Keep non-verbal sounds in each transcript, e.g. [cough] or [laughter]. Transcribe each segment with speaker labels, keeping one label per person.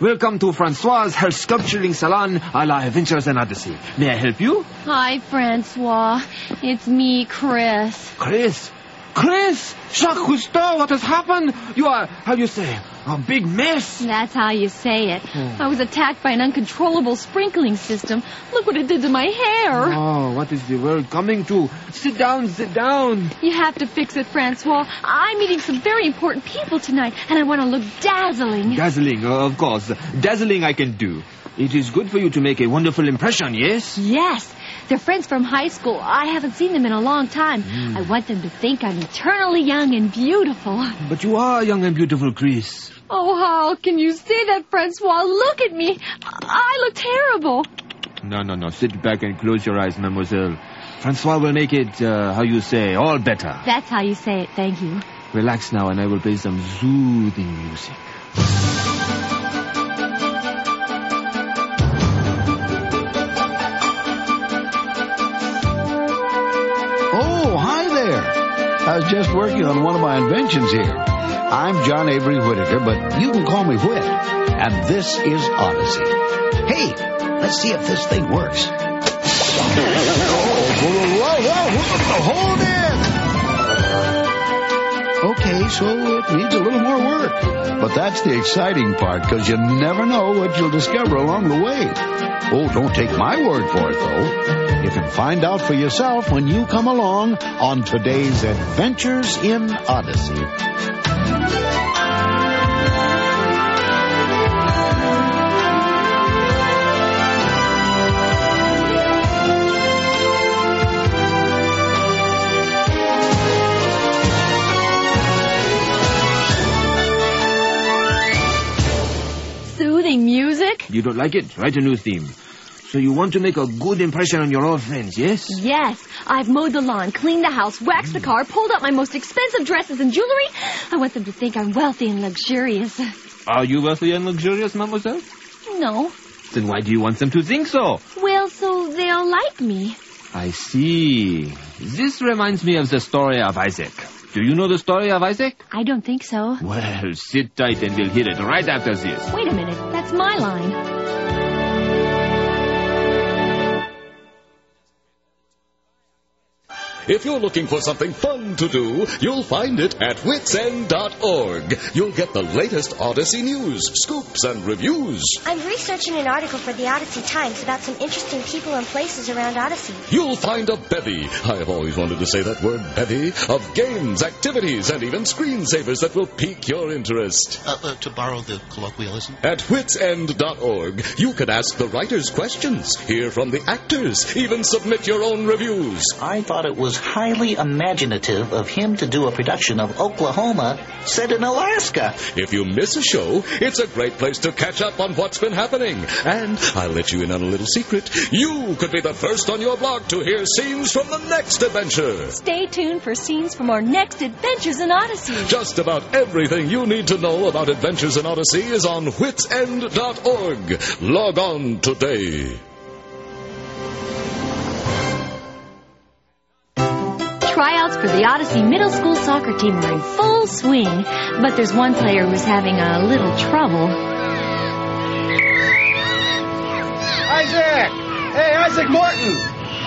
Speaker 1: Welcome to Francoise, her sculpturing salon a la Adventures and Odyssey. May I help you?
Speaker 2: Hi, Francois. It's me, Chris.
Speaker 1: Chris! Chris! Jacques Cousteau, what has happened? You are, how do you say, a big mess.
Speaker 2: That's how you say it.
Speaker 1: Hmm.
Speaker 2: I was attacked by an uncontrollable sprinkling system. Look what it did to my hair.
Speaker 1: Oh, what is the world coming to? Sit down, sit down.
Speaker 2: You have to fix it, Francois. I'm meeting some very important people tonight, and I want to look dazzling.
Speaker 1: Dazzling, uh, of course. Dazzling I can do. It is good for you to make a wonderful impression, yes?
Speaker 2: Yes, they're friends from high school. I haven't seen them in a long time.
Speaker 1: Hmm.
Speaker 2: I want them to think I'm eternally young and beautiful.
Speaker 1: But you are young and beautiful, Chris.
Speaker 2: Oh, how can you say that, Francois? Look at me. I look terrible.
Speaker 1: No, no, no. Sit back and close your eyes, mademoiselle. Francois will make it, uh, how you say, all better.
Speaker 2: That's how you say it, thank you.
Speaker 1: Relax now, and I will play some soothing music.
Speaker 3: Oh, hi there. I was just working on one of my inventions here. I'm John Avery Whittaker, but you can call me Whit. And this is Odyssey. Hey, let's see if this thing works. Oh, whoa, whoa, whoa, whoa, Oh, hold it! Okay, so it needs a little more work. But that's the exciting part, because you never know what you'll discover along the way. Oh, don't take my word for it, though. You can find out for yourself when you come along on today's Adventures in Odyssey.
Speaker 2: Soothing music?
Speaker 1: You don't like it? Write a new theme. So you want to make a good impression on your old friends, yes?
Speaker 2: Yes, I've mowed the lawn, cleaned the house, waxed the car, pulled out my most expensive dresses and jewelry. I want them to think I'm wealthy and luxurious.
Speaker 1: Are you wealthy and luxurious, mademoiselle?
Speaker 2: No.
Speaker 1: Then why do you want them to think so?
Speaker 2: Well, so they'll like me.
Speaker 1: I see. This reminds me of the story of Isaac. Do you know the story of Isaac?
Speaker 2: I don't think so.
Speaker 1: Well, sit tight and we'll hear it right after this.
Speaker 2: Wait a minute, that's my line.
Speaker 4: If you're looking for something fun to do, you'll find it at witsend.org. You'll get the latest Odyssey news, scoops, and reviews.
Speaker 5: I'm researching an article for the Odyssey Times about some interesting people and places around Odyssey.
Speaker 4: You'll find a bevy, I have always wanted to say that word bevy, of games, activities, and even screensavers that will pique your interest.
Speaker 6: Uh, uh, to borrow the colloquialism.
Speaker 4: At witsend.org, you can ask the writers questions, hear from the actors, even submit your own reviews.
Speaker 7: I thought it was highly imaginative of him to do a production of Oklahoma set in Alaska.
Speaker 4: If you miss a show, it's a great place to catch up on what's been happening. And I'll let you in on a little secret. You could be the first on your blog to hear scenes from the next adventure.
Speaker 2: Stay tuned for scenes from our next Adventures in Odyssey.
Speaker 4: Just about everything you need to know about Adventures in Odyssey is on witsend.org. Log on today.
Speaker 2: Tryouts for the Odyssey Middle School soccer team are in full swing, but there's one player who's having a little trouble.
Speaker 8: Isaac! Hey, Isaac Morton!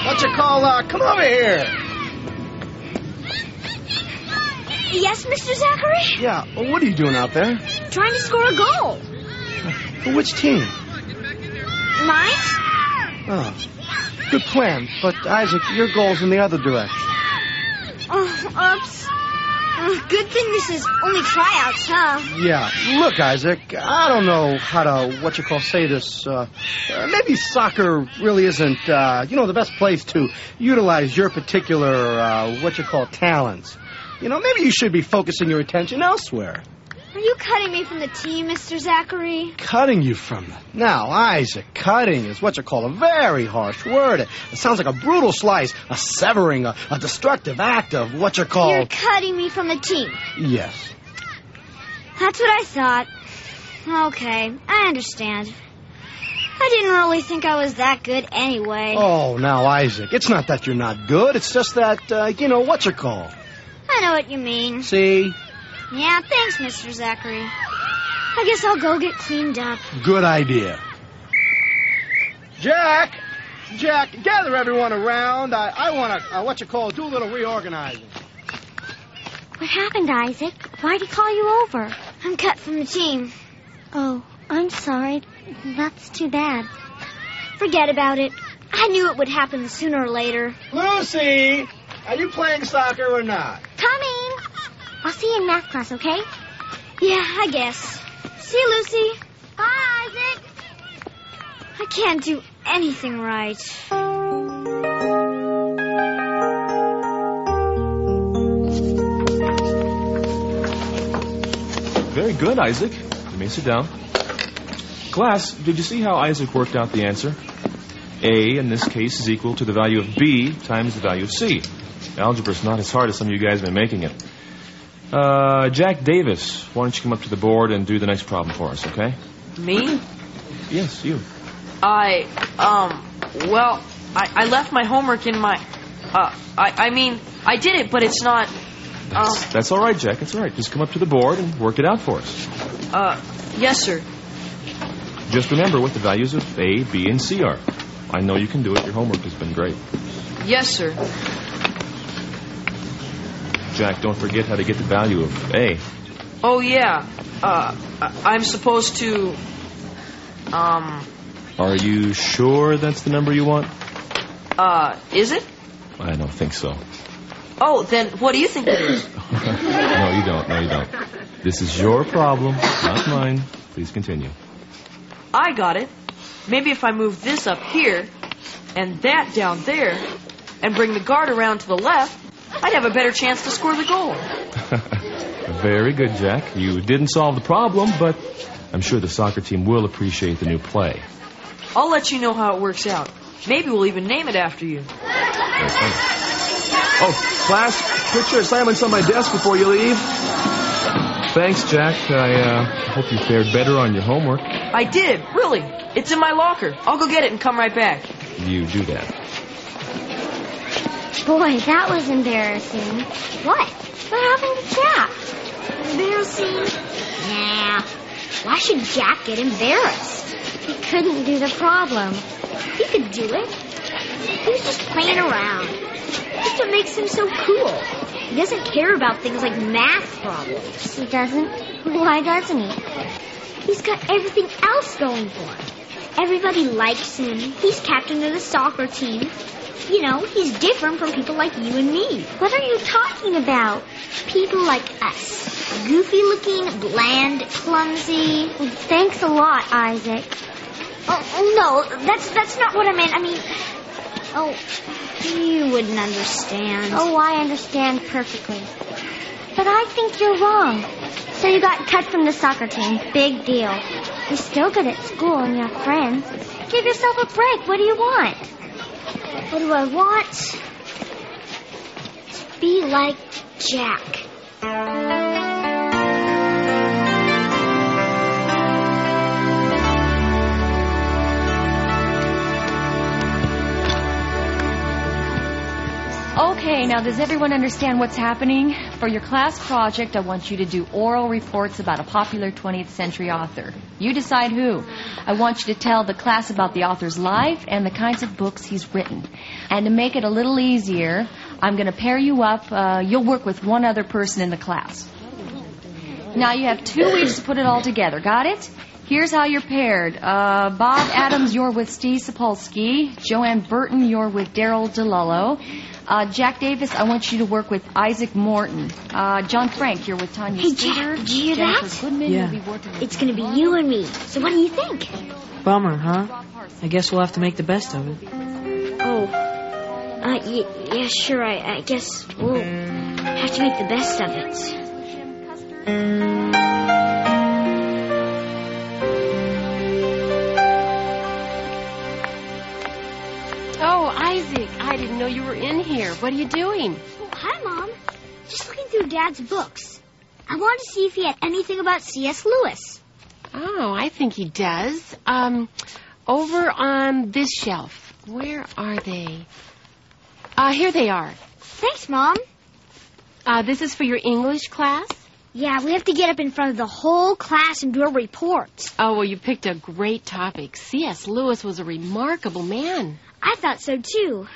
Speaker 8: What you call, uh, come over here!
Speaker 5: Yes, Mr. Zachary?
Speaker 8: Yeah, well, what are you doing out there?
Speaker 5: Trying to score a goal.
Speaker 8: For which team?
Speaker 5: Mine?
Speaker 8: Oh, good plan, but Isaac, your goal's in the other direction.
Speaker 5: Oh, oops. Uh, good thing this is only tryouts, huh?
Speaker 8: Yeah, look, Isaac, I don't know how to, what you call, say this, uh, uh, maybe soccer really isn't, uh, you know, the best place to utilize your particular, uh, what you call, talents. You know, maybe you should be focusing your attention elsewhere.
Speaker 5: Are you cutting me from the team, Mr. Zachary?
Speaker 8: Cutting you from it. Now, Isaac, cutting is what you call a very harsh word. It, it sounds like a brutal slice, a severing, a, a destructive act of what you call.
Speaker 5: You're cutting me from the team.
Speaker 8: Yes.
Speaker 5: That's what I thought. Okay, I understand. I didn't really think I was that good anyway.
Speaker 8: Oh, now, Isaac, it's not that you're not good. It's just that, uh, you know, what you call.
Speaker 5: I know what you mean.
Speaker 8: See?
Speaker 5: Yeah, thanks, Mr. Zachary. I guess I'll go get cleaned up.
Speaker 3: Good idea.
Speaker 8: Jack! Jack, gather everyone around. I, I want to, uh, what you call, do a little reorganizing.
Speaker 5: What happened, Isaac? Why'd he call you over? I'm cut from the team. Oh, I'm sorry. That's too bad. Forget about it. I knew it would happen sooner or later.
Speaker 8: Lucy! Are you playing soccer or not?
Speaker 5: Coming! I'll see you in math class, okay? Yeah, I guess. See you, Lucy. Bye, Isaac. I can't do anything right.
Speaker 9: Very good, Isaac. You may sit down. Class, did you see how Isaac worked out the answer? A, in this case, is equal to the value of B times the value of C. Algebra's not as hard as some of you guys have been making it. Uh, Jack Davis, why don't you come up to the board and do the next problem for us, okay?
Speaker 10: Me?
Speaker 9: Yes, you.
Speaker 10: I, um, well, I, I left my homework in my, uh, I, I mean, I did it, but it's not, um,
Speaker 9: That's all right, Jack. It's all right. Just come up to the board and work it out for us.
Speaker 10: uh, yes, sir.
Speaker 9: Just remember what the values of A, B, and C are. I know you can do it. Your homework has been great.
Speaker 10: Yes, sir.
Speaker 9: Jack, don't forget how to get the value of A.
Speaker 10: Oh, yeah. Uh, I, I'm supposed to, um,
Speaker 9: Are you sure that's the number you want?
Speaker 10: uh, is it?
Speaker 9: I don't think so.
Speaker 10: Oh, then what do you think it is?
Speaker 9: no, you don't. No, you don't. This is your problem, not mine. Please continue.
Speaker 10: I got it. Maybe if I move this up here and that down there and bring the guard around to the left, I'd have a better chance to score the goal.
Speaker 9: Very good, Jack. You didn't solve the problem, but I'm sure the soccer team will appreciate the new play.
Speaker 10: I'll let you know how it works out. Maybe we'll even name it after you.
Speaker 9: Oh, class, put your assignments on my desk before you leave. Thanks, Jack. I uh, hope you fared better on your homework.
Speaker 10: I did, really. It's in my locker. I'll go get it and come right back.
Speaker 9: You do that.
Speaker 5: Boy, that was embarrassing. What? What happened to Jack? Embarrassing? Nah. Why should Jack get embarrassed? He couldn't do the problem. He could do it. He was just playing around. That's what makes him so cool. He doesn't care about things like math problems. He doesn't? Why doesn't he? He's got everything else going for him. Everybody likes him. He's captain of the soccer team. You know, he's different from people like you and me. What are you talking about? People like us. Goofy looking, bland, clumsy. Thanks a lot, Isaac. Oh, oh, no, that's that's not what I meant. I mean, oh, you wouldn't understand. Oh, I understand perfectly. But I think you're wrong. So you got cut from the soccer team. Big deal. You're still good at school and you're friends. Give yourself a break. What do you want? What do I want? To be like Jack.
Speaker 2: Okay, now does everyone understand what's happening? For your class project, I want you to do oral reports about a popular 20th century author. You decide who. I want you to tell the class about the author's life and the kinds of books he's written. And to make it a little easier, I'm going to pair you up. Uh, you'll work with one other person in the class. Now you have two weeks to put it all together. Got it? Here's how you're paired. Uh, Bob Adams, you're with Steve Sapolsky. Joanne Burton, you're with Daryl DeLullo. Uh, Jack Davis, I want you to work with Isaac Morton. Uh, John Frank, you're with Tanya
Speaker 5: Hey, Jack,
Speaker 2: Streeter.
Speaker 5: did you hear
Speaker 2: Jennifer
Speaker 5: that?
Speaker 2: Goodman,
Speaker 10: Yeah.
Speaker 2: you'll be working with
Speaker 5: It's gonna be you and me. So what do you think?
Speaker 10: Bummer, huh? I guess we'll have to make the best of it.
Speaker 5: Oh, uh, y- yeah, sure. I, I guess we'll have to make the best of it.
Speaker 11: Oh, Isaac, I didn't know you were in here. What are you doing?
Speaker 5: Oh, hi, mom. Just looking through Dad's books. I wanted to see if he had anything about C.S. Lewis.
Speaker 11: Oh, I think he does. Um, over on this shelf. Where are they? Uh, here they are.
Speaker 5: Thanks, mom.
Speaker 11: Uh, this is for your English class.
Speaker 5: Yeah, we have to get up in front of the whole class and do a report.
Speaker 11: Oh, well, you picked a great topic. C.S. Lewis was a remarkable man.
Speaker 5: I thought so too.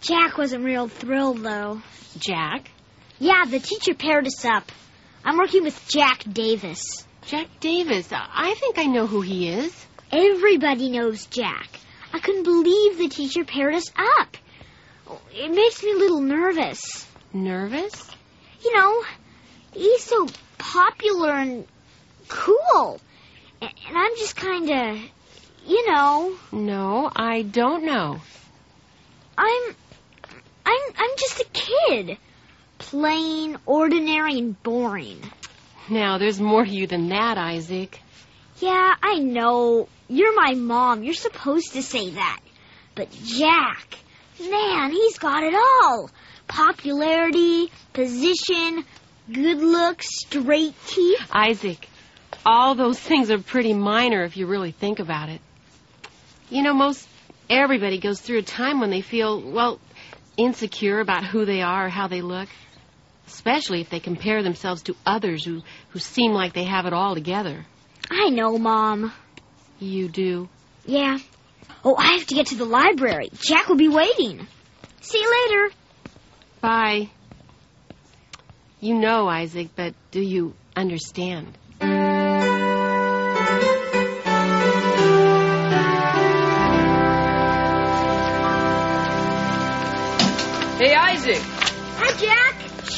Speaker 5: Jack wasn't real thrilled though.
Speaker 11: Jack?
Speaker 5: Yeah, the teacher paired us up. I'm working with Jack Davis.
Speaker 11: Jack Davis? I think I know who he is.
Speaker 5: Everybody knows Jack. I couldn't believe the teacher paired us up. It makes me a little nervous.
Speaker 11: Nervous?
Speaker 5: You know, he's so popular and cool. A- And I'm just kind of, you know,
Speaker 11: No, I don't know.
Speaker 5: I'm I'm I'm just a kid. Plain, ordinary and boring.
Speaker 11: Now, there's more to you than that, Isaac.
Speaker 5: Yeah, I know. You're my mom. You're supposed to say that. But Jack, man, he's got it all. Popularity, position, good looks, straight teeth.
Speaker 11: Isaac, all those things are pretty minor if you really think about it. You know, most everybody goes through a time when they feel, well, insecure about who they are or how they look, especially if they compare themselves to others who, who seem like they have it all together.
Speaker 5: I know, mom.
Speaker 11: You do.
Speaker 5: Yeah. Oh, I have to get to the library. Jack will be waiting. See you later.
Speaker 11: Bye. You know, Isaac, but do you understand?
Speaker 10: Hey, Isaac.
Speaker 5: Hi, Jack.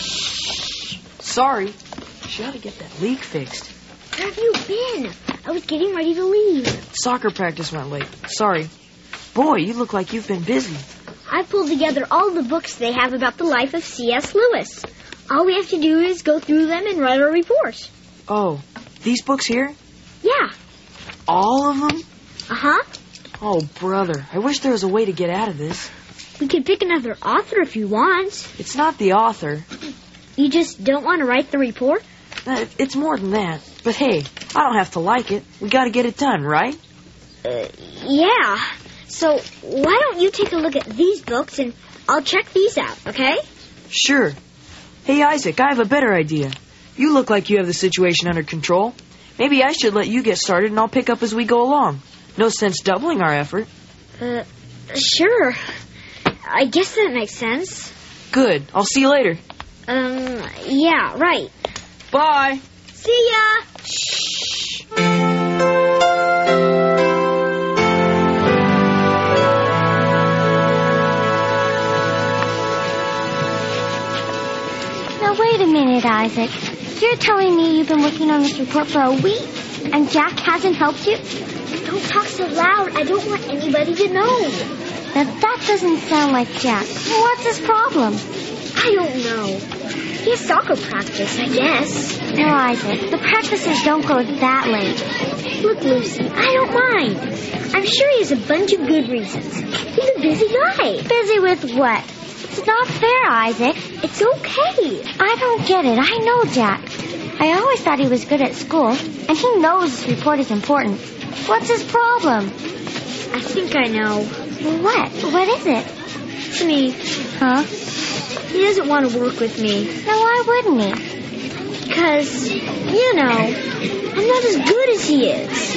Speaker 10: Sorry. She ought to get that leak fixed.
Speaker 5: Where have you been? I was getting ready to leave.
Speaker 10: Soccer practice went late. Sorry. Boy, you look like you've been busy.
Speaker 5: I pulled together all the books they have about the life of C.S. Lewis. All we have to do is go through them and write our report.
Speaker 10: Oh, these books here?
Speaker 5: Yeah.
Speaker 10: All of them?
Speaker 5: Uh huh.
Speaker 10: Oh, brother. I wish there was a way to get out of this.
Speaker 5: We could pick another author if you want.
Speaker 10: It's not the author.
Speaker 5: You just don't want to write the report?
Speaker 10: Uh, It's more than that. But hey, I don't have to like it. We gotta get it done, right?
Speaker 5: Uh, Yeah. So why don't you take a look at these books and I'll check these out, okay?
Speaker 10: Sure. Hey, Isaac, I have a better idea. You look like you have the situation under control. Maybe I should let you get started and I'll pick up as we go along. No sense doubling our effort.
Speaker 5: Uh, sure. I guess that makes sense.
Speaker 10: Good. I'll see you later.
Speaker 5: Um, yeah, right.
Speaker 10: Bye.
Speaker 5: See ya!
Speaker 12: Now, wait a minute, Isaac. You're telling me you've been working on this report for a week, and Jack hasn't helped you?
Speaker 5: Don't talk so loud. I don't want anybody to know.
Speaker 12: Now, that doesn't sound like Jack. What's his problem?
Speaker 5: I don't know. He has soccer practice, I guess.
Speaker 12: No, Isaac, the practices don't go that late.
Speaker 5: Look, Lucy, I don't mind. I'm sure he has a bunch of good reasons. He's a busy guy.
Speaker 12: Busy with what? It's not fair, Isaac.
Speaker 5: It's okay.
Speaker 12: I don't get it. I know Jack. I always thought he was good at school, and he knows this report is important. What's his problem?
Speaker 5: I think I know.
Speaker 12: What? What is it?
Speaker 5: It's me.
Speaker 12: Huh?
Speaker 5: He doesn't want to work with me.
Speaker 12: Now, why wouldn't he?
Speaker 5: Because, you know, I'm not as good as he is.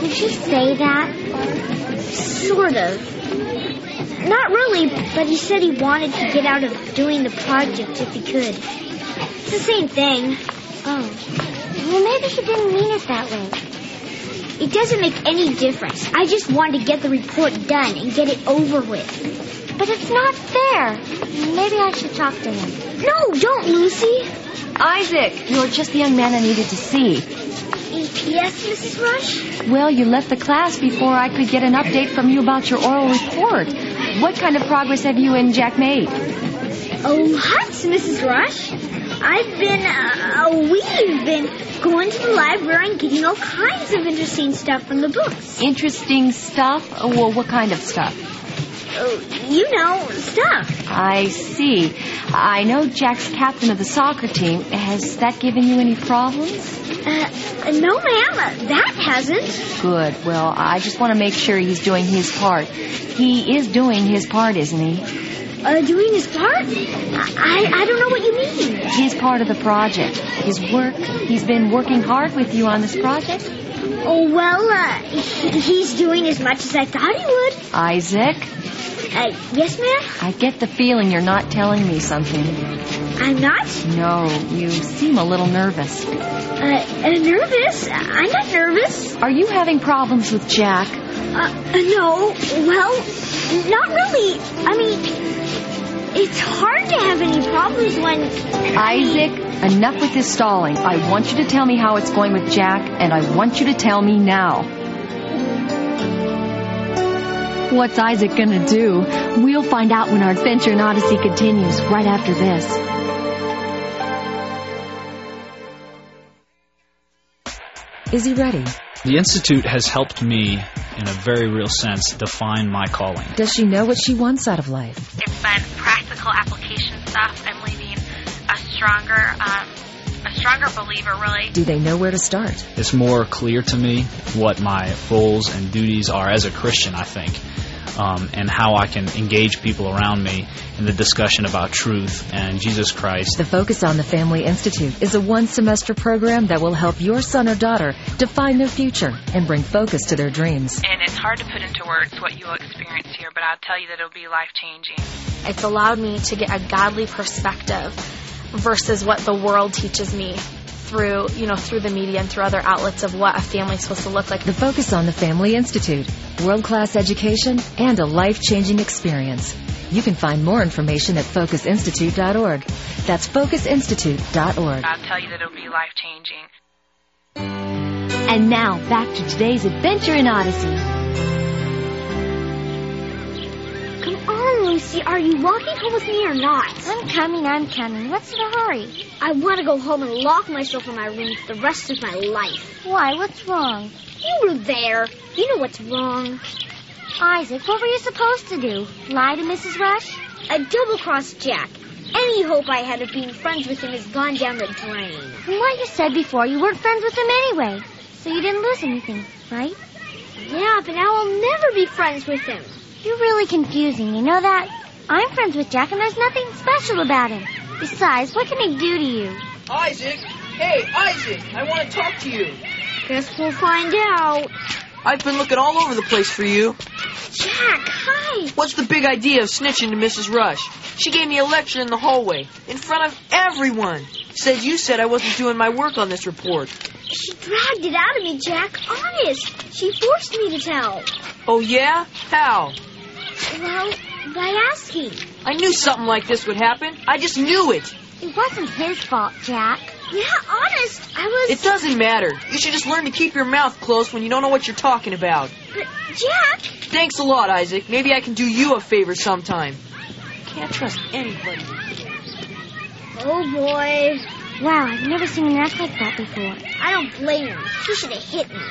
Speaker 12: Did she say that?
Speaker 5: Sort of. Not really, but he said he wanted to get out of doing the project if he could. It's the same thing.
Speaker 12: Oh. Well, maybe she didn't mean it that way.
Speaker 5: It doesn't make any difference. I just wanted to get the report done and get it over with.
Speaker 12: But it's not fair. Maybe I should talk to him.
Speaker 5: No, don't, Lucy.
Speaker 2: Isaac, you're just the young man I needed to see.
Speaker 5: Yes, Mrs. Rush?
Speaker 2: Well, you left the class before I could get an update from you about your oral report. What kind of progress have you and Jack made?
Speaker 5: Oh, what, Mrs. Rush? I've been, uh, we've been going to the library and getting all kinds of interesting stuff from the books.
Speaker 2: Interesting stuff? Well, what kind of stuff?
Speaker 5: Uh, you know, stuff.
Speaker 2: I see. I know Jack's captain of the soccer team. Has that given you any problems?
Speaker 5: Uh, no, ma'am, uh, that hasn't.
Speaker 2: Good. Well, I just want to make sure he's doing his part. He is doing his part, isn't he?
Speaker 5: Uh, doing his part? I, I, I don't know what you mean.
Speaker 2: He's part of the project. His work. He's been working hard with you on this project.
Speaker 5: Oh, well, uh, he, he's doing as much as I thought he would.
Speaker 2: Isaac,
Speaker 5: Uh, yes, ma'am?
Speaker 2: I get the feeling you're not telling me something.
Speaker 5: I'm not?
Speaker 2: No, you seem a little nervous.
Speaker 5: Uh, uh, nervous? I'm not nervous.
Speaker 2: Are you having problems with Jack?
Speaker 5: Uh, no. Well, not really. I mean, it's hard to have any problems when.
Speaker 2: Isaac, enough with this stalling. I want you to tell me how it's going with Jack, and I want you to tell me now. What's Isaac gonna do?
Speaker 13: We'll find out when our adventure in Odyssey continues right after this.
Speaker 14: Is he ready?
Speaker 15: The Institute has helped me, in a very real sense, define my calling.
Speaker 14: Does she know what she wants out of life?
Speaker 16: It's been practical application stuff and leaving a stronger, um, a stronger believer, really.
Speaker 14: Do they know where to start?
Speaker 15: It's more clear to me what my roles and duties are as a Christian, I think, um, and how I can engage people around me in the discussion about truth and Jesus Christ.
Speaker 14: The Focus on the Family Institute is a one semester program that will help your son or daughter define their future and bring focus to their dreams.
Speaker 16: And it's hard to put into words what you'll experience here, but I'll tell you that it'll be life changing.
Speaker 17: It's allowed me to get a godly perspective versus what the world teaches me through, you know, through the media and through other outlets of what a family's supposed to look like.
Speaker 14: The Focus on the Family Institute, world class education, and a life changing experience. You can find more information at focusinstitute.org. That's focusinstitute.org.
Speaker 16: I'll tell you that it'll be life changing.
Speaker 13: And now back to today's adventure in Odyssey.
Speaker 12: Come on, Lucy. Are you walking home with me or not? I'm coming, I'm coming. What's the hurry?
Speaker 5: I want to go home and lock myself in my room for the rest of my life.
Speaker 12: Why, what's wrong?
Speaker 5: You were there. You know what's wrong.
Speaker 12: Isaac, what were you supposed to do? Lie to Mrs. Rush?
Speaker 5: I double crossed Jack. Any hope I had of being friends with him is gone down the drain.
Speaker 12: From what you said before, you weren't friends with him anyway. So you didn't lose anything, right?
Speaker 5: Yeah, but now I'll never be friends with him.
Speaker 12: You're really confusing, you know that? I'm friends with Jack and there's nothing special about him. Besides, what can he do to you?
Speaker 18: Isaac! Hey, Isaac! I want to talk to you.
Speaker 5: Guess we'll find out.
Speaker 18: I've been looking all over the place for you.
Speaker 5: Jack, hi.
Speaker 18: What's the big idea of snitching to Mrs. Rush? She gave me a lecture in the hallway, in front of everyone. Said you said I wasn't doing my work on this report.
Speaker 5: She dragged it out of me, Jack. Honest. She forced me to tell.
Speaker 18: Oh, yeah? How?
Speaker 5: Well, by asking.
Speaker 18: I knew something like this would happen. I just knew it.
Speaker 12: It wasn't his fault, Jack.
Speaker 5: Yeah, honest. I was.
Speaker 18: It doesn't matter. You should just learn to keep your mouth closed when you don't know what you're talking about.
Speaker 5: But, Jack.
Speaker 18: Thanks a lot, Isaac. Maybe I can do you a favor sometime. Can't trust anybody.
Speaker 5: Oh boy.
Speaker 12: Wow, I've never seen an act like that before.
Speaker 5: I don't blame her. She should have hit me.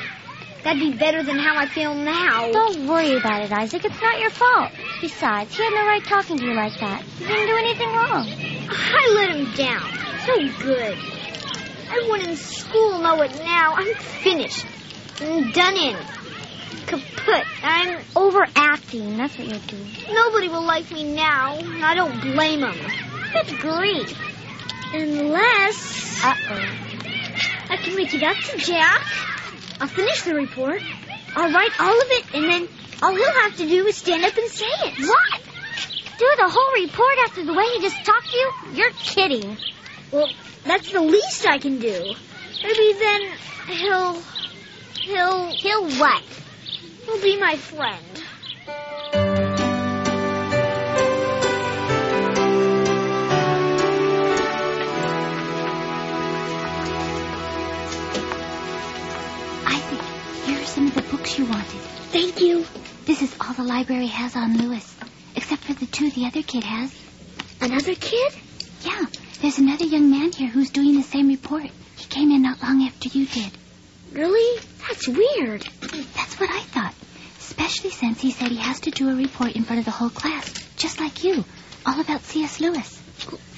Speaker 5: That'd be better than how I feel now.
Speaker 12: Don't worry about it, Isaac. It's not your fault. Besides, he had no right talking to you like that. He didn't do anything wrong.
Speaker 5: I let him down. So good. Everyone in school know it now. I'm finished. I'm done in. Kaput. I'm.
Speaker 12: Overacting, that's what you're doing.
Speaker 5: Nobody will like me now, and I don't blame them.
Speaker 12: Good grief.
Speaker 5: Unless.
Speaker 12: Uh-oh.
Speaker 5: I can make it up to Jack. I'll finish the report. I'll write all of it, and then all he'll have to do is stand up and say it.
Speaker 12: What? Do the whole report after the way he just talked to you? You're kidding.
Speaker 5: Well, that's the least I can do. Maybe then he'll. he'll.
Speaker 12: He'll what?
Speaker 5: he'll be my friend.
Speaker 13: Isaac, here are some of the books you wanted.
Speaker 5: Thank you.
Speaker 13: This is all the library has on Lewis, except for the two the other kid has.
Speaker 5: Another kid?
Speaker 13: Yeah, there's another young man here who's doing the same report. He came in not long after you did.
Speaker 5: Really? That's weird.
Speaker 13: That's what I thought. Especially since he said he has to do a report in front of the whole class, just like you, all about C.S. Lewis.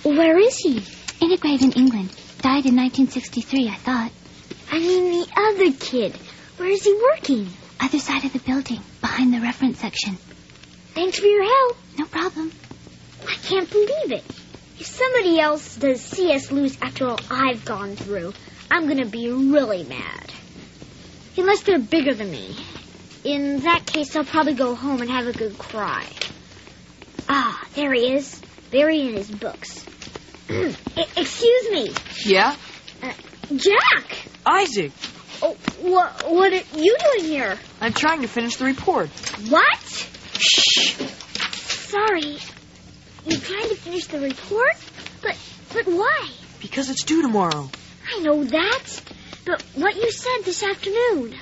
Speaker 5: Where is he?
Speaker 13: In a grave in England. Died in 1963, I thought.
Speaker 5: I mean, the other kid. Where is he working?
Speaker 13: Other side of the building, behind the reference section.
Speaker 5: Thanks for your help.
Speaker 13: No problem.
Speaker 5: can't believe it. If somebody else does C.S. Lewis after all I've gone through, I'm going to be really mad. Unless they're bigger than me. In that case, I'll probably go home and have a good cry. Ah, there he is, burying his books. E- Excuse me,
Speaker 18: [clears throat] Yeah?
Speaker 5: Jack.
Speaker 18: Isaac!
Speaker 5: Oh, what what are you doing here?
Speaker 18: I'm trying to finish the report.
Speaker 5: What? Shh. Sorry. You're trying to finish the report, but but why?
Speaker 18: Because it's due tomorrow.
Speaker 5: I know that, but what you said this afternoon.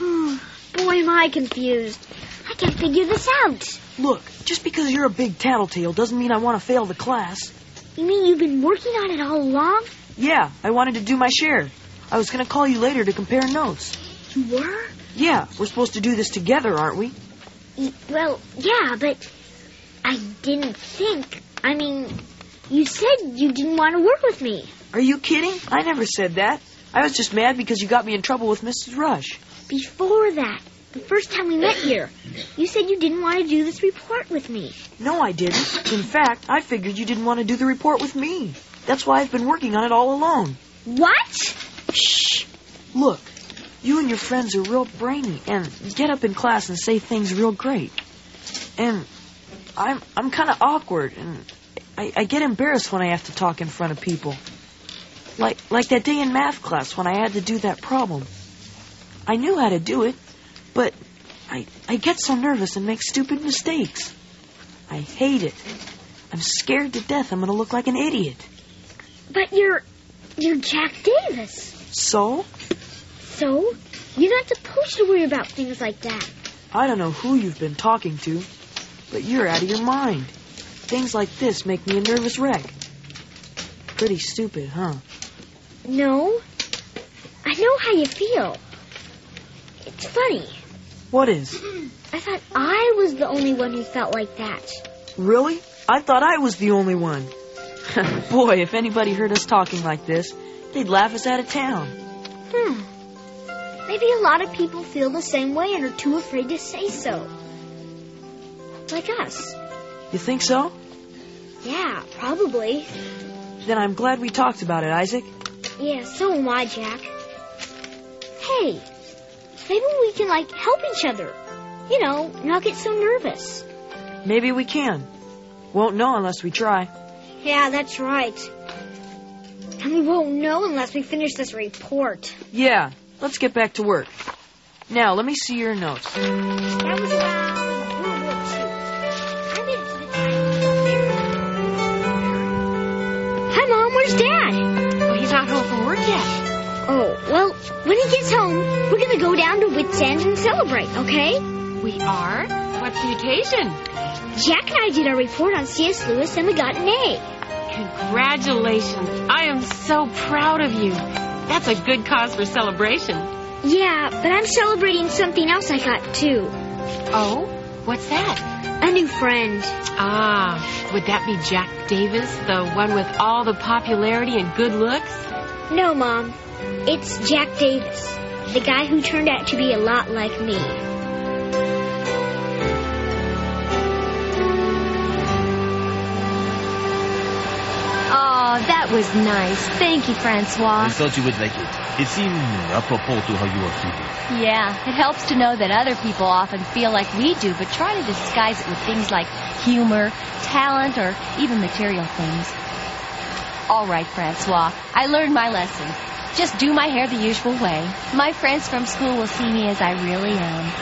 Speaker 5: Oh, boy, am I confused. I can't figure this out.
Speaker 18: Look, just because you're a big tattletale doesn't mean I want to fail the class.
Speaker 5: You mean you've been working on it all along?
Speaker 18: Yeah, I wanted to do my share. I was going to call you later to compare notes.
Speaker 5: You were?
Speaker 18: Yeah, we're supposed to do this together, aren't we?
Speaker 5: Y- Well, yeah, but I didn't think. I mean, you said you didn't want to work with me
Speaker 18: Are you kidding? I never said that. I was just mad because you got me in trouble with Mrs. Rush.
Speaker 5: before that. The first time we met here, you said you didn't want to do this report with me.
Speaker 18: No, I didn't. In fact, I figured you didn't want to do the report with me. That's why I've been working on it all alone.
Speaker 5: What?
Speaker 18: Shh. Look, you and your friends are real brainy and get up in class and say things real great. And I'm I'm kind of awkward and I, I get embarrassed when I have to talk in front of people. Like like that day in math class when I had to do that problem. I knew how to do it, but I I get so nervous and make stupid mistakes. I hate it. I'm scared to death I'm going to look like an idiot.
Speaker 5: But you're you're Jack Davis.
Speaker 18: So,
Speaker 5: So, you're not supposed to worry about things like that.
Speaker 18: I don't know who you've been talking to, but you're out of your mind. Things like this make me a nervous wreck. Pretty stupid, huh?
Speaker 5: No. I know how you feel. It's funny.
Speaker 18: What is?
Speaker 5: I thought I was the only one who felt like that.
Speaker 18: Really? I thought I was the only one. Boy, if anybody heard us talking like this, they'd laugh us out of town.
Speaker 5: Hmm. Maybe a lot of people feel the same way and are too afraid to say so. Like us.
Speaker 18: You think so?
Speaker 5: Yeah, probably.
Speaker 18: Then I'm glad we talked about it, Isaac.
Speaker 5: Yeah, so am I, Jack. Hey, maybe we can, like, help each other. You know, not get so nervous.
Speaker 18: Maybe we can. Won't know unless we try.
Speaker 5: Yeah, that's right. And we won't know unless we finish this report.
Speaker 18: Yeah, let's get back to work. Now, let me see your notes.
Speaker 5: That was around World War II. I made it to the time. Hi, Mom. Where's Dad? Well, he's not home from work yet. Oh, well, when he gets home, we're going to go down to Wits End and celebrate, okay?
Speaker 11: We are? What's the occasion?
Speaker 5: Jack and I did our report on C.S. Lewis, and we got an A.
Speaker 11: Congratulations. I am so proud of you. That's a good cause for celebration.
Speaker 5: Yeah, but I'm celebrating something else I got, too.
Speaker 11: Oh? What's that?
Speaker 5: A new friend.
Speaker 11: Ah, would that be Jack Davis, the one with all the popularity and good looks?
Speaker 5: No, Mom. It's Jack Davis, the guy who turned out to be a lot like me.
Speaker 2: Oh, that was nice. Thank you,
Speaker 1: I
Speaker 2: Francois.
Speaker 1: thought you would like it. It seemed apropos to how you are feeling.
Speaker 2: Yeah, it helps to know that other people often feel like we do, but try to disguise it with things like humor, talent, or even material things. All right, Francois, I learned my lesson. Just do my hair the usual way. My friends from school will see me as I really am.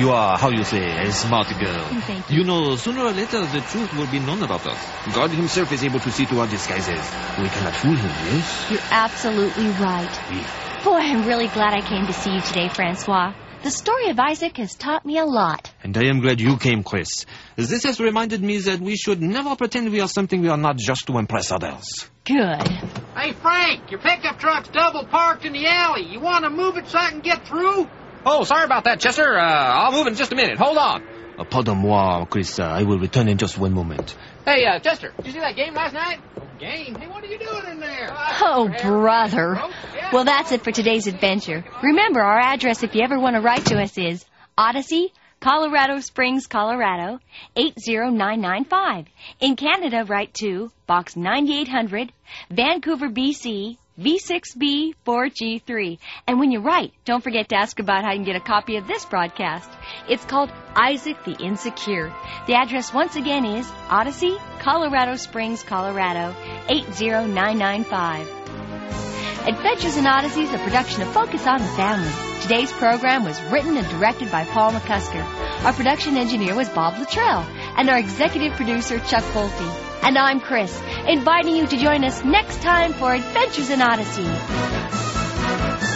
Speaker 1: You are, how you say, a smart girl.
Speaker 2: Thank you.
Speaker 1: You know, sooner or later the truth will be known about us. God himself is able to see to our disguises. We cannot fool him, yes?
Speaker 2: You're absolutely right. Boy, I'm really glad I came to see you today, Francois. The story of Isaac has taught me a lot.
Speaker 1: And I am glad you came, Chris. This has reminded me that we should never pretend we are something we are not just to impress others.
Speaker 2: Good.
Speaker 19: Hey, Frank, your pickup truck's double parked in the alley. You want to move it so I can get through?
Speaker 20: Oh, sorry about that, Chester. Uh, I'll move in just a minute. Hold on.
Speaker 1: Uh, pardon moi, Chris. Uh, I will return in just one moment.
Speaker 19: Hey, uh, Chester, did you see that game last night? Game? Hey, what are you doing in there?
Speaker 2: Oh, brother. Well, that's it for today's adventure. Remember, our address if you ever want to write to us is Odyssey Colorado Springs, Colorado 80995. In Canada, write to Box 9800, Vancouver, BC V6B4G3. And when you write, don't forget to ask about how you can get a copy of this broadcast. It's called Isaac the Insecure. The address once again is Odyssey, Colorado Springs, Colorado 80995. Adventures in Odyssey is a production of Focus on the Family. Today's program was written and directed by Paul McCusker. Our production engineer was Bob Luttrell, and our executive producer Chuck Bolte. And I'm Chris, inviting you to join us next time for Adventures in Odyssey.